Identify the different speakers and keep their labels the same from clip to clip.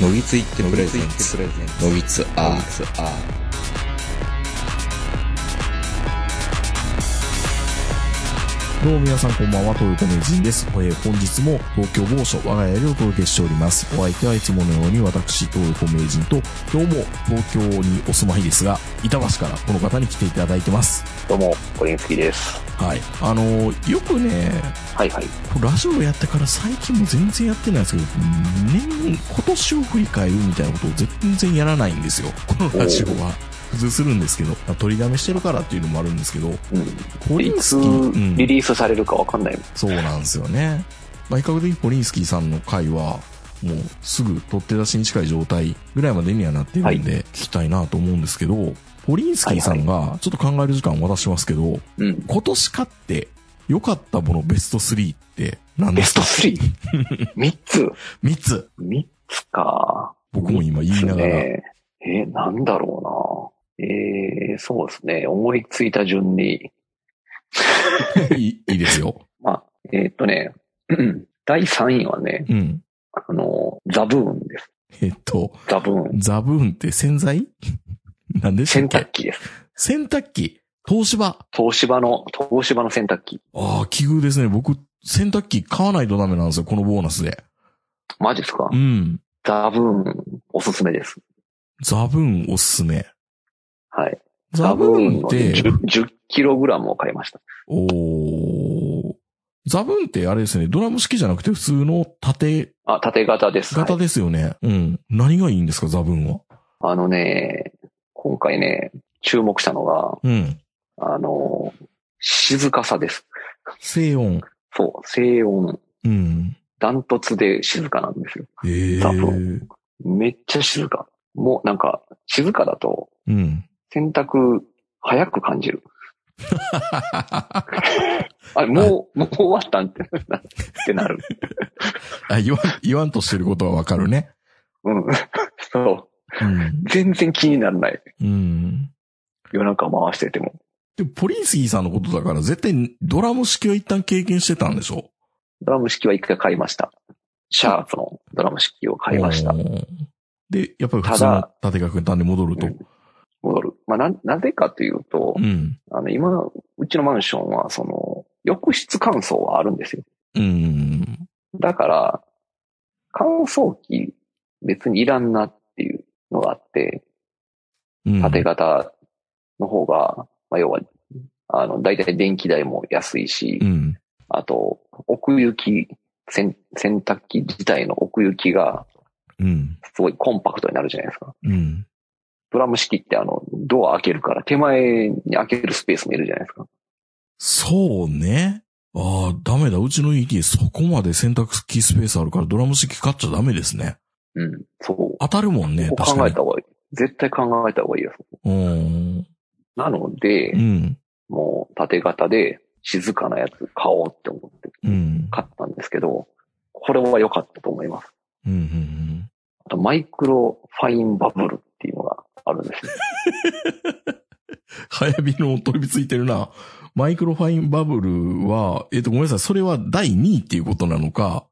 Speaker 1: のぎついってプレゼンツのぎつアーツア
Speaker 2: どうも皆さんこんばんは、豊子名人です。えー本日も東京某所我が家でお届けしております。お相手はいつものように私、豊子名人と、今日も東京にお住まいですが、板橋からこの方に来ていただいてます。
Speaker 3: どうも、コリンスキーです。
Speaker 2: はい。あのーよくね、
Speaker 3: はいはい。
Speaker 2: ラジオやってから最近も全然やってないんですけど、年に今年を振り返るみたいなことを全然やらないんですよ。このラジオは。普通するんですけど、まあ取りだめしてるからっていうのもあるんですけど、
Speaker 3: うん。
Speaker 2: ポリ
Speaker 3: い
Speaker 2: ン
Speaker 3: つ
Speaker 2: スキー、うん
Speaker 3: リリースされるかわかんないもん。
Speaker 2: そうなんですよね。まあ、比較的ポリンスキーさんの回は、もうすぐ取って出しに近い状態ぐらいまでにはなってるんで、聞きたいなと思うんですけど、ポリンスキーさんがちょっと考える時間を渡しますけど、
Speaker 3: うん。
Speaker 2: 今年買って良かったものベスト3って何で
Speaker 3: ベス
Speaker 2: す
Speaker 3: ト
Speaker 2: か
Speaker 3: 3?3 つ
Speaker 2: ?3 つ。
Speaker 3: ?3 つか。
Speaker 2: 僕も今言いながら。
Speaker 3: ねえー、なんだろうな。えー、そうですね。思いついた順に。
Speaker 2: いいいいですよ。
Speaker 3: まあ、えーっとね、 第3位はね、
Speaker 2: うん。
Speaker 3: あの、ザブーンです。
Speaker 2: えっと、
Speaker 3: ザブーン。
Speaker 2: ザブーンって洗剤 何でした
Speaker 3: 洗
Speaker 2: っけ
Speaker 3: 濯機です。
Speaker 2: 洗濯機。東芝。
Speaker 3: 東芝の、東芝の洗濯機。
Speaker 2: ああ、奇遇ですね。僕、洗濯機買わないとダメなんですよ、このボーナスで。
Speaker 3: マジですか
Speaker 2: うん。
Speaker 3: ザブーン、おすすめです。
Speaker 2: ザブーンおすすめ。
Speaker 3: はい。
Speaker 2: ザブーンっ
Speaker 3: ザブー
Speaker 2: て
Speaker 3: ン、の10 10キログラムを買いました。
Speaker 2: おーザブーンってあれですね、ドラム式じゃなくて普通の縦
Speaker 3: あ、縦型です。
Speaker 2: 型
Speaker 3: はい
Speaker 2: ですよね。うん。何がいいんですか、ザブーンは。
Speaker 3: あのね、今回ね、注目したのが、
Speaker 2: うん。
Speaker 3: あの、静かさです。
Speaker 2: 静音。
Speaker 3: そう、静音、
Speaker 2: うん。
Speaker 3: ダントツで静かなんですよ。
Speaker 2: ええ
Speaker 3: ザブー
Speaker 2: ー。
Speaker 3: めっちゃ静か。もうなんか、静かだと、
Speaker 2: うん。
Speaker 3: 洗濯、早く感じる。あれ、もう、もう終わったんって、ってなる。
Speaker 2: あ、言わん、言わんとしてることはわかるね。
Speaker 3: うん。そう。
Speaker 2: うん。
Speaker 3: 全然気にならない。
Speaker 2: うん。
Speaker 3: 夜中回してても。
Speaker 2: でも、ポリンスキーさんのことだから、絶対ドラム式は一旦経験してたんでしょ
Speaker 3: ドラム式は一回買いました。シャープのドラム式を買いました
Speaker 2: お。ー。で、やっぱり普通の縦角単に戻ると。
Speaker 3: 戻る。まあ、な、なぜかというと、
Speaker 2: うん。
Speaker 3: あの、今、うちのマンションは、その、浴室乾燥はあるんですよ。
Speaker 2: うん。
Speaker 3: だから、乾燥機、別にいらんなっていうのがあって、
Speaker 2: うん。
Speaker 3: 縦型の方が、まあ、要は、あの、だいたい電気代も安いし、
Speaker 2: うん。
Speaker 3: あと、奥行き、洗洗濯機自体の奥行きが、
Speaker 2: うん。
Speaker 3: すごいコンパクトになるじゃないですか。
Speaker 2: うん。
Speaker 3: ドラム式ってあの、ドア開けるから手前に開けるスペースもいるじゃないですか。
Speaker 2: そうね。ああ、ダメだ。うちの ET そこまで洗濯機スペースあるからドラム式買っちゃダメですね。
Speaker 3: うん。そう。
Speaker 2: 当たるもんね、
Speaker 3: ここ
Speaker 2: 確
Speaker 3: 考
Speaker 2: か
Speaker 3: え
Speaker 2: に
Speaker 3: た。方がいい。絶対考えた方がいいよ。
Speaker 2: うん。
Speaker 3: なので、
Speaker 2: うん。
Speaker 3: もう縦型で静かなやつ買おうって思って
Speaker 2: うん。
Speaker 3: 買ったんですけど、これは良かったと思います。
Speaker 2: うん。うん。
Speaker 3: あと、マイクロファインバブルっていうのがあるんですよ。
Speaker 2: 早火の飛びついてるな。マイクロファインバブルは、えっ、と、ごめんなさい。それは第2位っていうことなのか、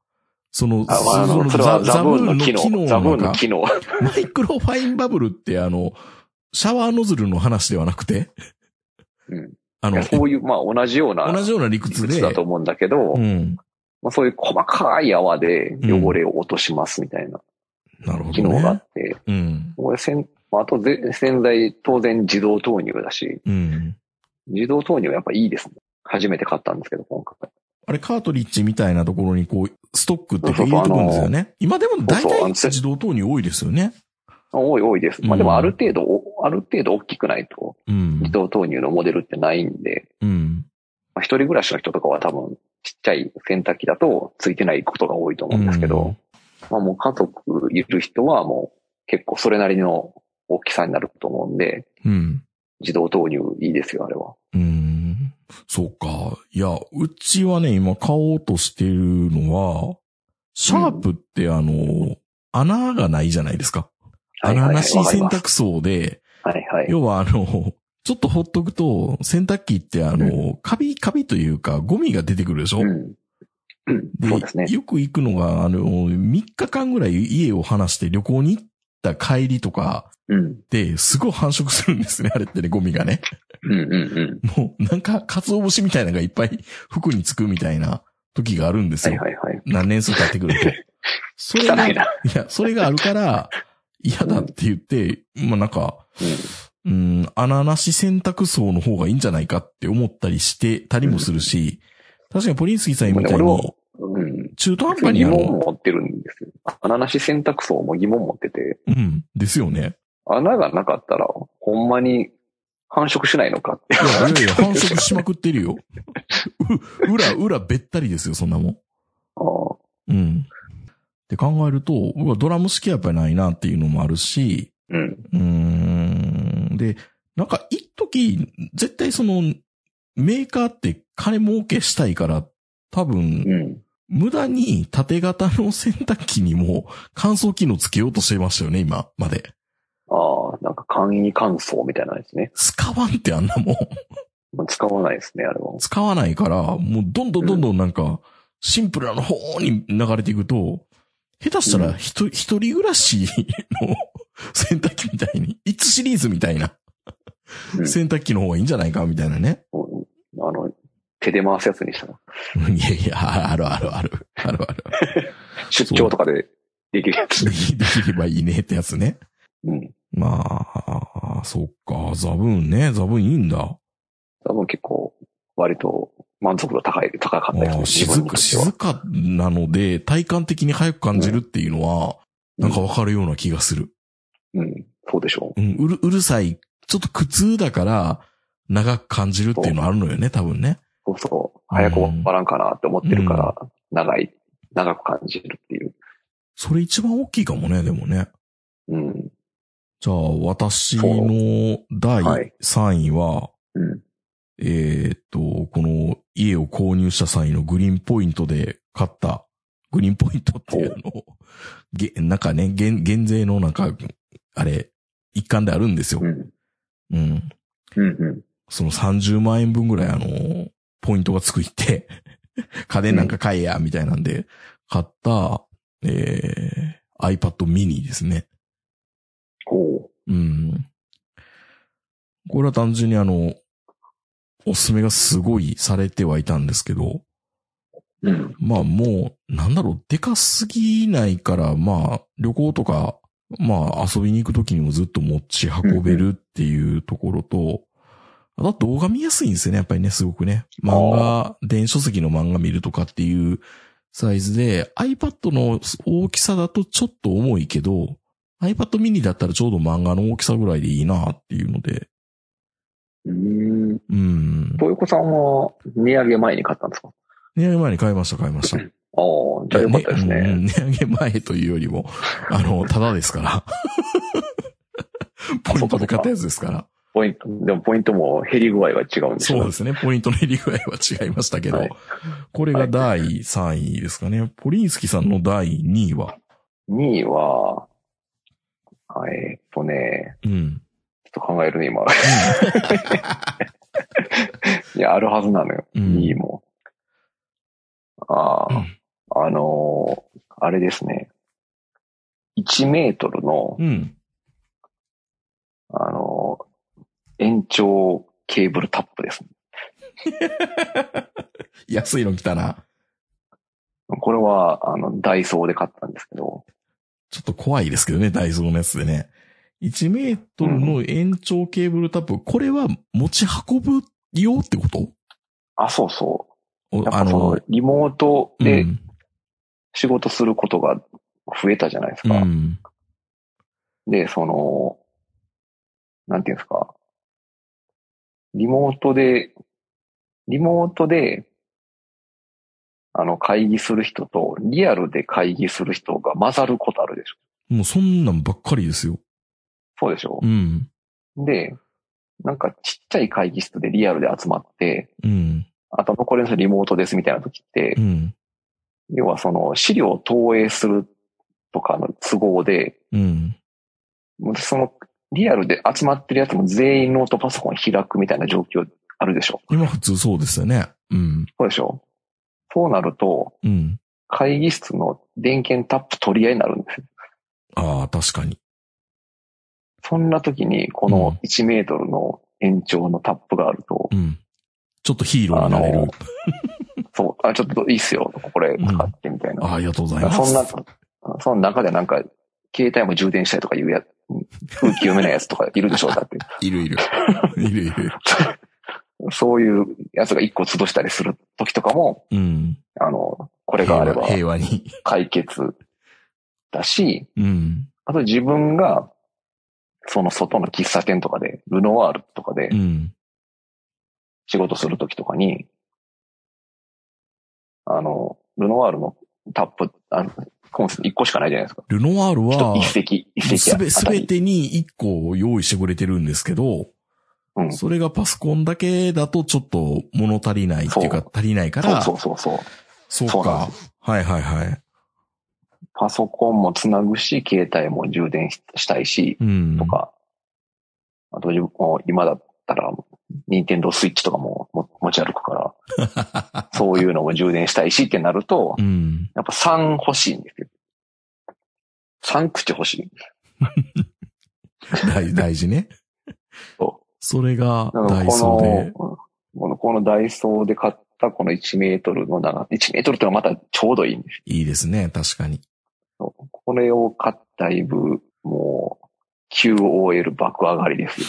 Speaker 2: その、
Speaker 3: あまああ
Speaker 2: そ
Speaker 3: のそれはザブーンの機能。ザブーン
Speaker 2: な
Speaker 3: の
Speaker 2: のか
Speaker 3: 機能。
Speaker 2: マイクロファインバブルってあの、シャワーノズルの話ではなくて、
Speaker 3: うん
Speaker 2: あ
Speaker 3: い
Speaker 2: の
Speaker 3: や、そういう、まあ同じような
Speaker 2: 同じような理
Speaker 3: 理
Speaker 2: 屈で、
Speaker 3: 屈だと思うんだけど、
Speaker 2: うん。
Speaker 3: まあ、そういう細かい泡で汚れを落としますみたいな
Speaker 2: なるほ
Speaker 3: 機
Speaker 2: ど
Speaker 3: 能があ
Speaker 2: ね。
Speaker 3: って、
Speaker 2: うん。
Speaker 3: これ洗まああとぜ洗剤当然自動投入だし、
Speaker 2: うん。
Speaker 3: 自動投入やっぱいいですね。初めて買ったんですけど、今回。
Speaker 2: あれ、カートリッジみたいなところにこう、ストックって入れとくんですよ
Speaker 3: そうそう
Speaker 2: ね。今でも大
Speaker 3: そうそうあ
Speaker 2: 体
Speaker 3: のせ
Speaker 2: 自動投入多いですよね。
Speaker 3: 多い多いです。ま
Speaker 2: う
Speaker 3: あ
Speaker 2: ん
Speaker 3: でもある程度、おある程度大きくないと、
Speaker 2: うん
Speaker 3: 自。動投入のモデルってないんで、
Speaker 2: うん。
Speaker 3: まあ、一人暮らしの人とかは多分、ちっちゃい洗濯機だとついてないことが多いと思うんですけど、まあもう家族いる人はもう結構それなりの大きさになると思うんで、
Speaker 2: うん。うん。
Speaker 3: 自動投入いいですよ、あれは。
Speaker 2: うーん。そうか。いや、うちはね、今買おうとしてるのは、シャープってあの、穴がないじゃないですか。
Speaker 3: はいはい
Speaker 2: 穴
Speaker 3: はい
Speaker 2: なし洗
Speaker 3: わかり
Speaker 2: 濯槽で、
Speaker 3: ますはいはい。
Speaker 2: 要はあの、ちょっとほっとくと、洗濯機ってあの、カビ、カビというか、ゴミが出てくるでしょ、
Speaker 3: うん。うん
Speaker 2: で
Speaker 3: そうですね。
Speaker 2: よく行くのが、あの、3日間ぐらい家を離して旅行に行った帰りとか
Speaker 3: うん。
Speaker 2: で、すごい繁殖するんですね、あれってね、ゴミがね。
Speaker 3: うんうんうん。
Speaker 2: もう、なんか、鰹節みたいなのがいっぱい 服につくみたいな時があるんです
Speaker 3: は
Speaker 2: よ。
Speaker 3: いはいはい。
Speaker 2: 何年数経ってく ると。それ
Speaker 3: 汚
Speaker 2: が、
Speaker 3: い
Speaker 2: い
Speaker 3: な。
Speaker 2: や、それがあるから、嫌だって言って、まあなんか、うん、穴なし洗濯槽の方がいいんじゃないかって思ったりしてたりもするし、確かにポリンスキーさんみたい
Speaker 3: 俺は
Speaker 2: に、
Speaker 3: うん。うん。
Speaker 2: 中途半端に
Speaker 3: 疑
Speaker 2: あ
Speaker 3: 問
Speaker 2: の、
Speaker 3: 持ってるんですよ。穴なし洗濯槽も疑問持ってて、
Speaker 2: うん、ですよね。
Speaker 3: 穴がなかったら、ほんまに繁殖しないのかって。
Speaker 2: い や、いやいや、繁殖しまくってるよ。 う、裏、裏べったりですよ、そんなもん。
Speaker 3: あー
Speaker 2: うん。って考えると、うわドラム式はやっぱりないなっていうのもあるし、
Speaker 3: うん。
Speaker 2: うーん。で、なんか一時、絶対その、メーカーって金儲けしたいから、多分、
Speaker 3: うん。
Speaker 2: 無駄に縦型の洗濯機にも乾燥機能つけようとしてましたよね、今まで。
Speaker 3: ああ、なんか簡易乾燥みたいなですね。
Speaker 2: 使わんってあんなもん。
Speaker 3: もう使わないですね、あれは。
Speaker 2: 使わないから、もうどんどんどんどんなんか、シンプルな方に流れていくと、下手したらひと、一人暮らしの洗濯機みたいに、 いつシリーズみたいな
Speaker 3: うん
Speaker 2: 洗濯機の方がいいんじゃないかみたいなね。
Speaker 3: もうあの、手で回すやつにしたら、
Speaker 2: いやいや、あるあるある。あるある。
Speaker 3: 出張とかでできるやつ
Speaker 2: で。きできればいいねってやつね。
Speaker 3: うん。
Speaker 2: まあ、そっか、ザブーンね、ザブーンいいんだ。
Speaker 3: 多分結構、割と満足度高い、高か
Speaker 2: あ
Speaker 3: ったやつ
Speaker 2: ー
Speaker 3: です。
Speaker 2: 静
Speaker 3: に
Speaker 2: か、
Speaker 3: とっては
Speaker 2: 静かなので、体感的に早く感じるっていうのは、なんかわかるような気がする。
Speaker 3: うん。そうでしょ
Speaker 2: うん、うる、うるさい、ちょっと苦痛だから、長く感じるっていうのあるのよね、多分ね。
Speaker 3: う。そうそう。早く終わらんかなって思ってるから、長い、長く感じるっていう。
Speaker 2: それ一番大きいかもね、でもね。
Speaker 3: うん。
Speaker 2: じゃあ、私の第3位は、
Speaker 3: うん。
Speaker 2: えーっと、この家を購入した際のグリーンポイントで買った、グリーンポイントっていうのを、げなんかね、減減税のなんか、あれ、一環であるんですよ
Speaker 3: う。ん。
Speaker 2: うん。
Speaker 3: うん。うん。
Speaker 2: その30万円分ぐらいあの、ポイントがつくいて、 家電なんか買えや、みたいなんで、買った、えー、iPad mini ですね。
Speaker 3: ほ
Speaker 2: うん。これは単純にあの、おすすめがすごいされてはいたんですけど、
Speaker 3: う。うん。
Speaker 2: まあもう、なんだろう、でかすぎないから、まあ、旅行とか、まあ遊びに行くときにもずっと持ち運べるっていうところと、あとは動画見やすいんですよね、やっぱりね、すごくね。漫画、電子書籍の漫画見るとかっていうサイズで、iPad の大きさだとちょっと重いけど、iPad mini だったらちょうど漫画の大きさぐらいでいいなっていうので、
Speaker 3: うん。
Speaker 2: うん。
Speaker 3: とよこさんは、値上げ前に買ったんですか
Speaker 2: 値上げ前に買いました、買いました。
Speaker 3: ああ、じゃあよかったですね。
Speaker 2: ねうん値上げ前というより も、あの、ただですから。ポイントで買ったやつですから。
Speaker 3: ポイント、でもポイントも減り具合が違うんです
Speaker 2: そう
Speaker 3: よ
Speaker 2: ですね。ポイントの入り具合は違いましたけど、
Speaker 3: はい
Speaker 2: これが第3位ですかね。ポリンスキさんの第2位は、
Speaker 3: 2位は、あえーっとね、
Speaker 2: うん。
Speaker 3: ちょっと考える ね、今。いや、あるはずなのよ。
Speaker 2: うん
Speaker 3: 2位も。ああ、
Speaker 2: うん
Speaker 3: あのーあれですね。1メートルの
Speaker 2: う、ん。
Speaker 3: あのー延長ケーブルタップです。
Speaker 2: 安いの来たな。
Speaker 3: これは、あの、ダイソーで買ったんですけど、
Speaker 2: ちょっと怖いですけどね、ダイソーのやつでね。1メートルの延長ケーブルタップ、これは持ち運ぶ用ってこと
Speaker 3: あ、そうそ
Speaker 2: お
Speaker 3: う。やっぱその、リモート
Speaker 2: う
Speaker 3: で
Speaker 2: ん
Speaker 3: 仕事することが増えたじゃないです
Speaker 2: う
Speaker 3: か。
Speaker 2: ん。
Speaker 3: で、その、なんていうんですか。リモートで、リモートで、あの、会議する人と、リアルで会議する人が混ざることあるでしょ。
Speaker 2: もうそんなんばっかりですよ。
Speaker 3: そうでしょ
Speaker 2: う、ん。
Speaker 3: で、なんかちっちゃい会議室でリアルで集まって、
Speaker 2: うん。
Speaker 3: あと残りの人リモートですみたいな時って
Speaker 2: う、ん。
Speaker 3: 要はその資料を投影するとかの都合で、
Speaker 2: うん。
Speaker 3: もうそのリアルで集まってるやつも全員ノートパソコン開くみたいな状況あるでしょ。
Speaker 2: 今普通そうですよね。うん。
Speaker 3: そうでしょそうなると、
Speaker 2: うん。
Speaker 3: 会議室の電源タップ取り合いになるんですよ。
Speaker 2: ああ、確かに。
Speaker 3: そんな時に、この1メートルの延長のタップがあると、
Speaker 2: うん。ちょっとヒーローになれ
Speaker 3: あ
Speaker 2: る
Speaker 3: の。そう、あ、ちょっといいっすよ、これ使ってみたいな。
Speaker 2: ああ、ありがとうござい
Speaker 3: だから
Speaker 2: ます。
Speaker 3: そんな、その中でなんか、携帯も充電したいとかいうやつ、空気読めないやつとかいる でしょう、だって。
Speaker 2: いるいる。いるいる。
Speaker 3: そういうやつが一個潰したりする時とかも、
Speaker 2: うん。
Speaker 3: あの、これ
Speaker 2: 平
Speaker 3: があれば
Speaker 2: 和平和に。
Speaker 3: 解決だし、
Speaker 2: うん。
Speaker 3: あと自分が、その外の喫茶店とかで、ルノワールとかで
Speaker 2: うん。
Speaker 3: 仕事するときとかに、あの、ルノワールのタップ、あの、コンセント1個しかないじゃないですか。
Speaker 2: ルノワールは
Speaker 3: 一、席、一席
Speaker 2: す
Speaker 3: あ
Speaker 2: べ、す
Speaker 3: た
Speaker 2: べ
Speaker 3: り。
Speaker 2: てに一個を用意してくれてるんですけど、
Speaker 3: うん
Speaker 2: それがパソコンだけだとちょっと物足りないっていうか
Speaker 3: そ
Speaker 2: 足りないか
Speaker 3: そう
Speaker 2: ら、
Speaker 3: そうそうそう。
Speaker 2: そう
Speaker 3: そうな
Speaker 2: か
Speaker 3: ん。
Speaker 2: はいはいはい。
Speaker 3: パソコンもつなぐし、携帯も充電ししたいし、
Speaker 2: うん。
Speaker 3: とか、あと自分も今だったら、任天堂スイッチとかもも持ち歩く から、そういうのも充電したいしってなると
Speaker 2: う、ん。
Speaker 3: やっぱ3欲しいんですよ。3口欲しい。
Speaker 2: 大大事ね。
Speaker 3: そ
Speaker 2: それが
Speaker 3: だから
Speaker 2: ダイ
Speaker 3: こ
Speaker 2: ソー
Speaker 3: の
Speaker 2: で。、
Speaker 3: このこのダイソーで買ったこの1メートルの長、1メートルってのはまたちょうどいいんです
Speaker 2: いいですね、確かに。
Speaker 3: よ。これを買ったいぶ、もう、QOL 爆上がりですよ。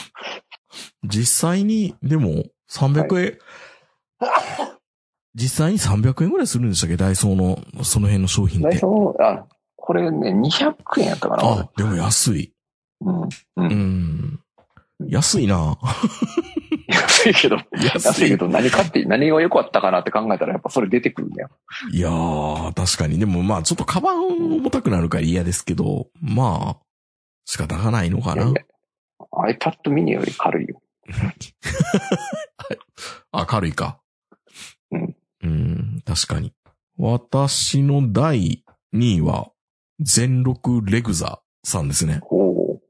Speaker 2: 実際に、でも、300円、実 際に300円ぐらいするんでしたっけダイソーの、その辺の商品っ
Speaker 3: ダイ
Speaker 2: て。
Speaker 3: ソー、あ、これね、200円やったかな
Speaker 2: あ。、でも安い。
Speaker 3: うん。う。
Speaker 2: うんん。安いな
Speaker 3: 安いけど、安いけ
Speaker 2: い。
Speaker 3: ど何買って、何が良かったかなって考えたらやっぱそれ出てくるね。
Speaker 2: いやー、確かに。でもまあ、ちょっとカバン重たくなるから嫌ですけど、まあ、仕方がないのか
Speaker 3: いや。
Speaker 2: ない
Speaker 3: や。iPad mini より軽いよ。
Speaker 2: あ、軽いか。
Speaker 3: うん。
Speaker 2: うん、確かに。私の第2位は、全録レグザさんですね。
Speaker 3: おお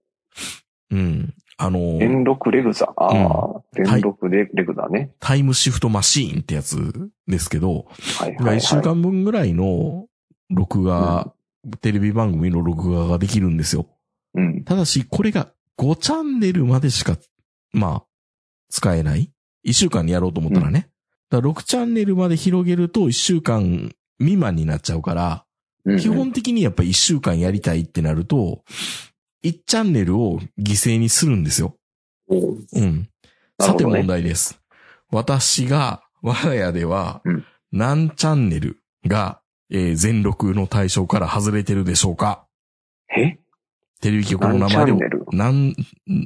Speaker 2: うん。あの
Speaker 3: ー。
Speaker 2: ー、
Speaker 3: 電録レグザ。ああ、
Speaker 2: ん
Speaker 3: 電録レレグザね。
Speaker 2: タイムシフトマシーンってやつですけど、
Speaker 3: はいはい、
Speaker 2: が
Speaker 3: はい。
Speaker 2: 一週間分ぐらいの録画、テレビ番組の録画ができるんですよ。
Speaker 3: うん。
Speaker 2: ただし、これが5チャンネルまでしか、まあ、使えない。一週間にやろうと思ったらね。だから6チャンネルまで広げると一週間未満になっちゃうから、
Speaker 3: うん
Speaker 2: 基本的にやっぱ一週間やりたいってなると、1チャンネルを犠牲にするんですよ。
Speaker 3: おー
Speaker 2: うん。
Speaker 3: なる
Speaker 2: さ
Speaker 3: ほ
Speaker 2: て
Speaker 3: どね
Speaker 2: 問題です。私が、我が家では
Speaker 3: うん、
Speaker 2: 何チャンネルが、えー全録の対象から外れてるでしょうか
Speaker 3: え
Speaker 2: テレビ局の名前でも
Speaker 3: 何チャンネル、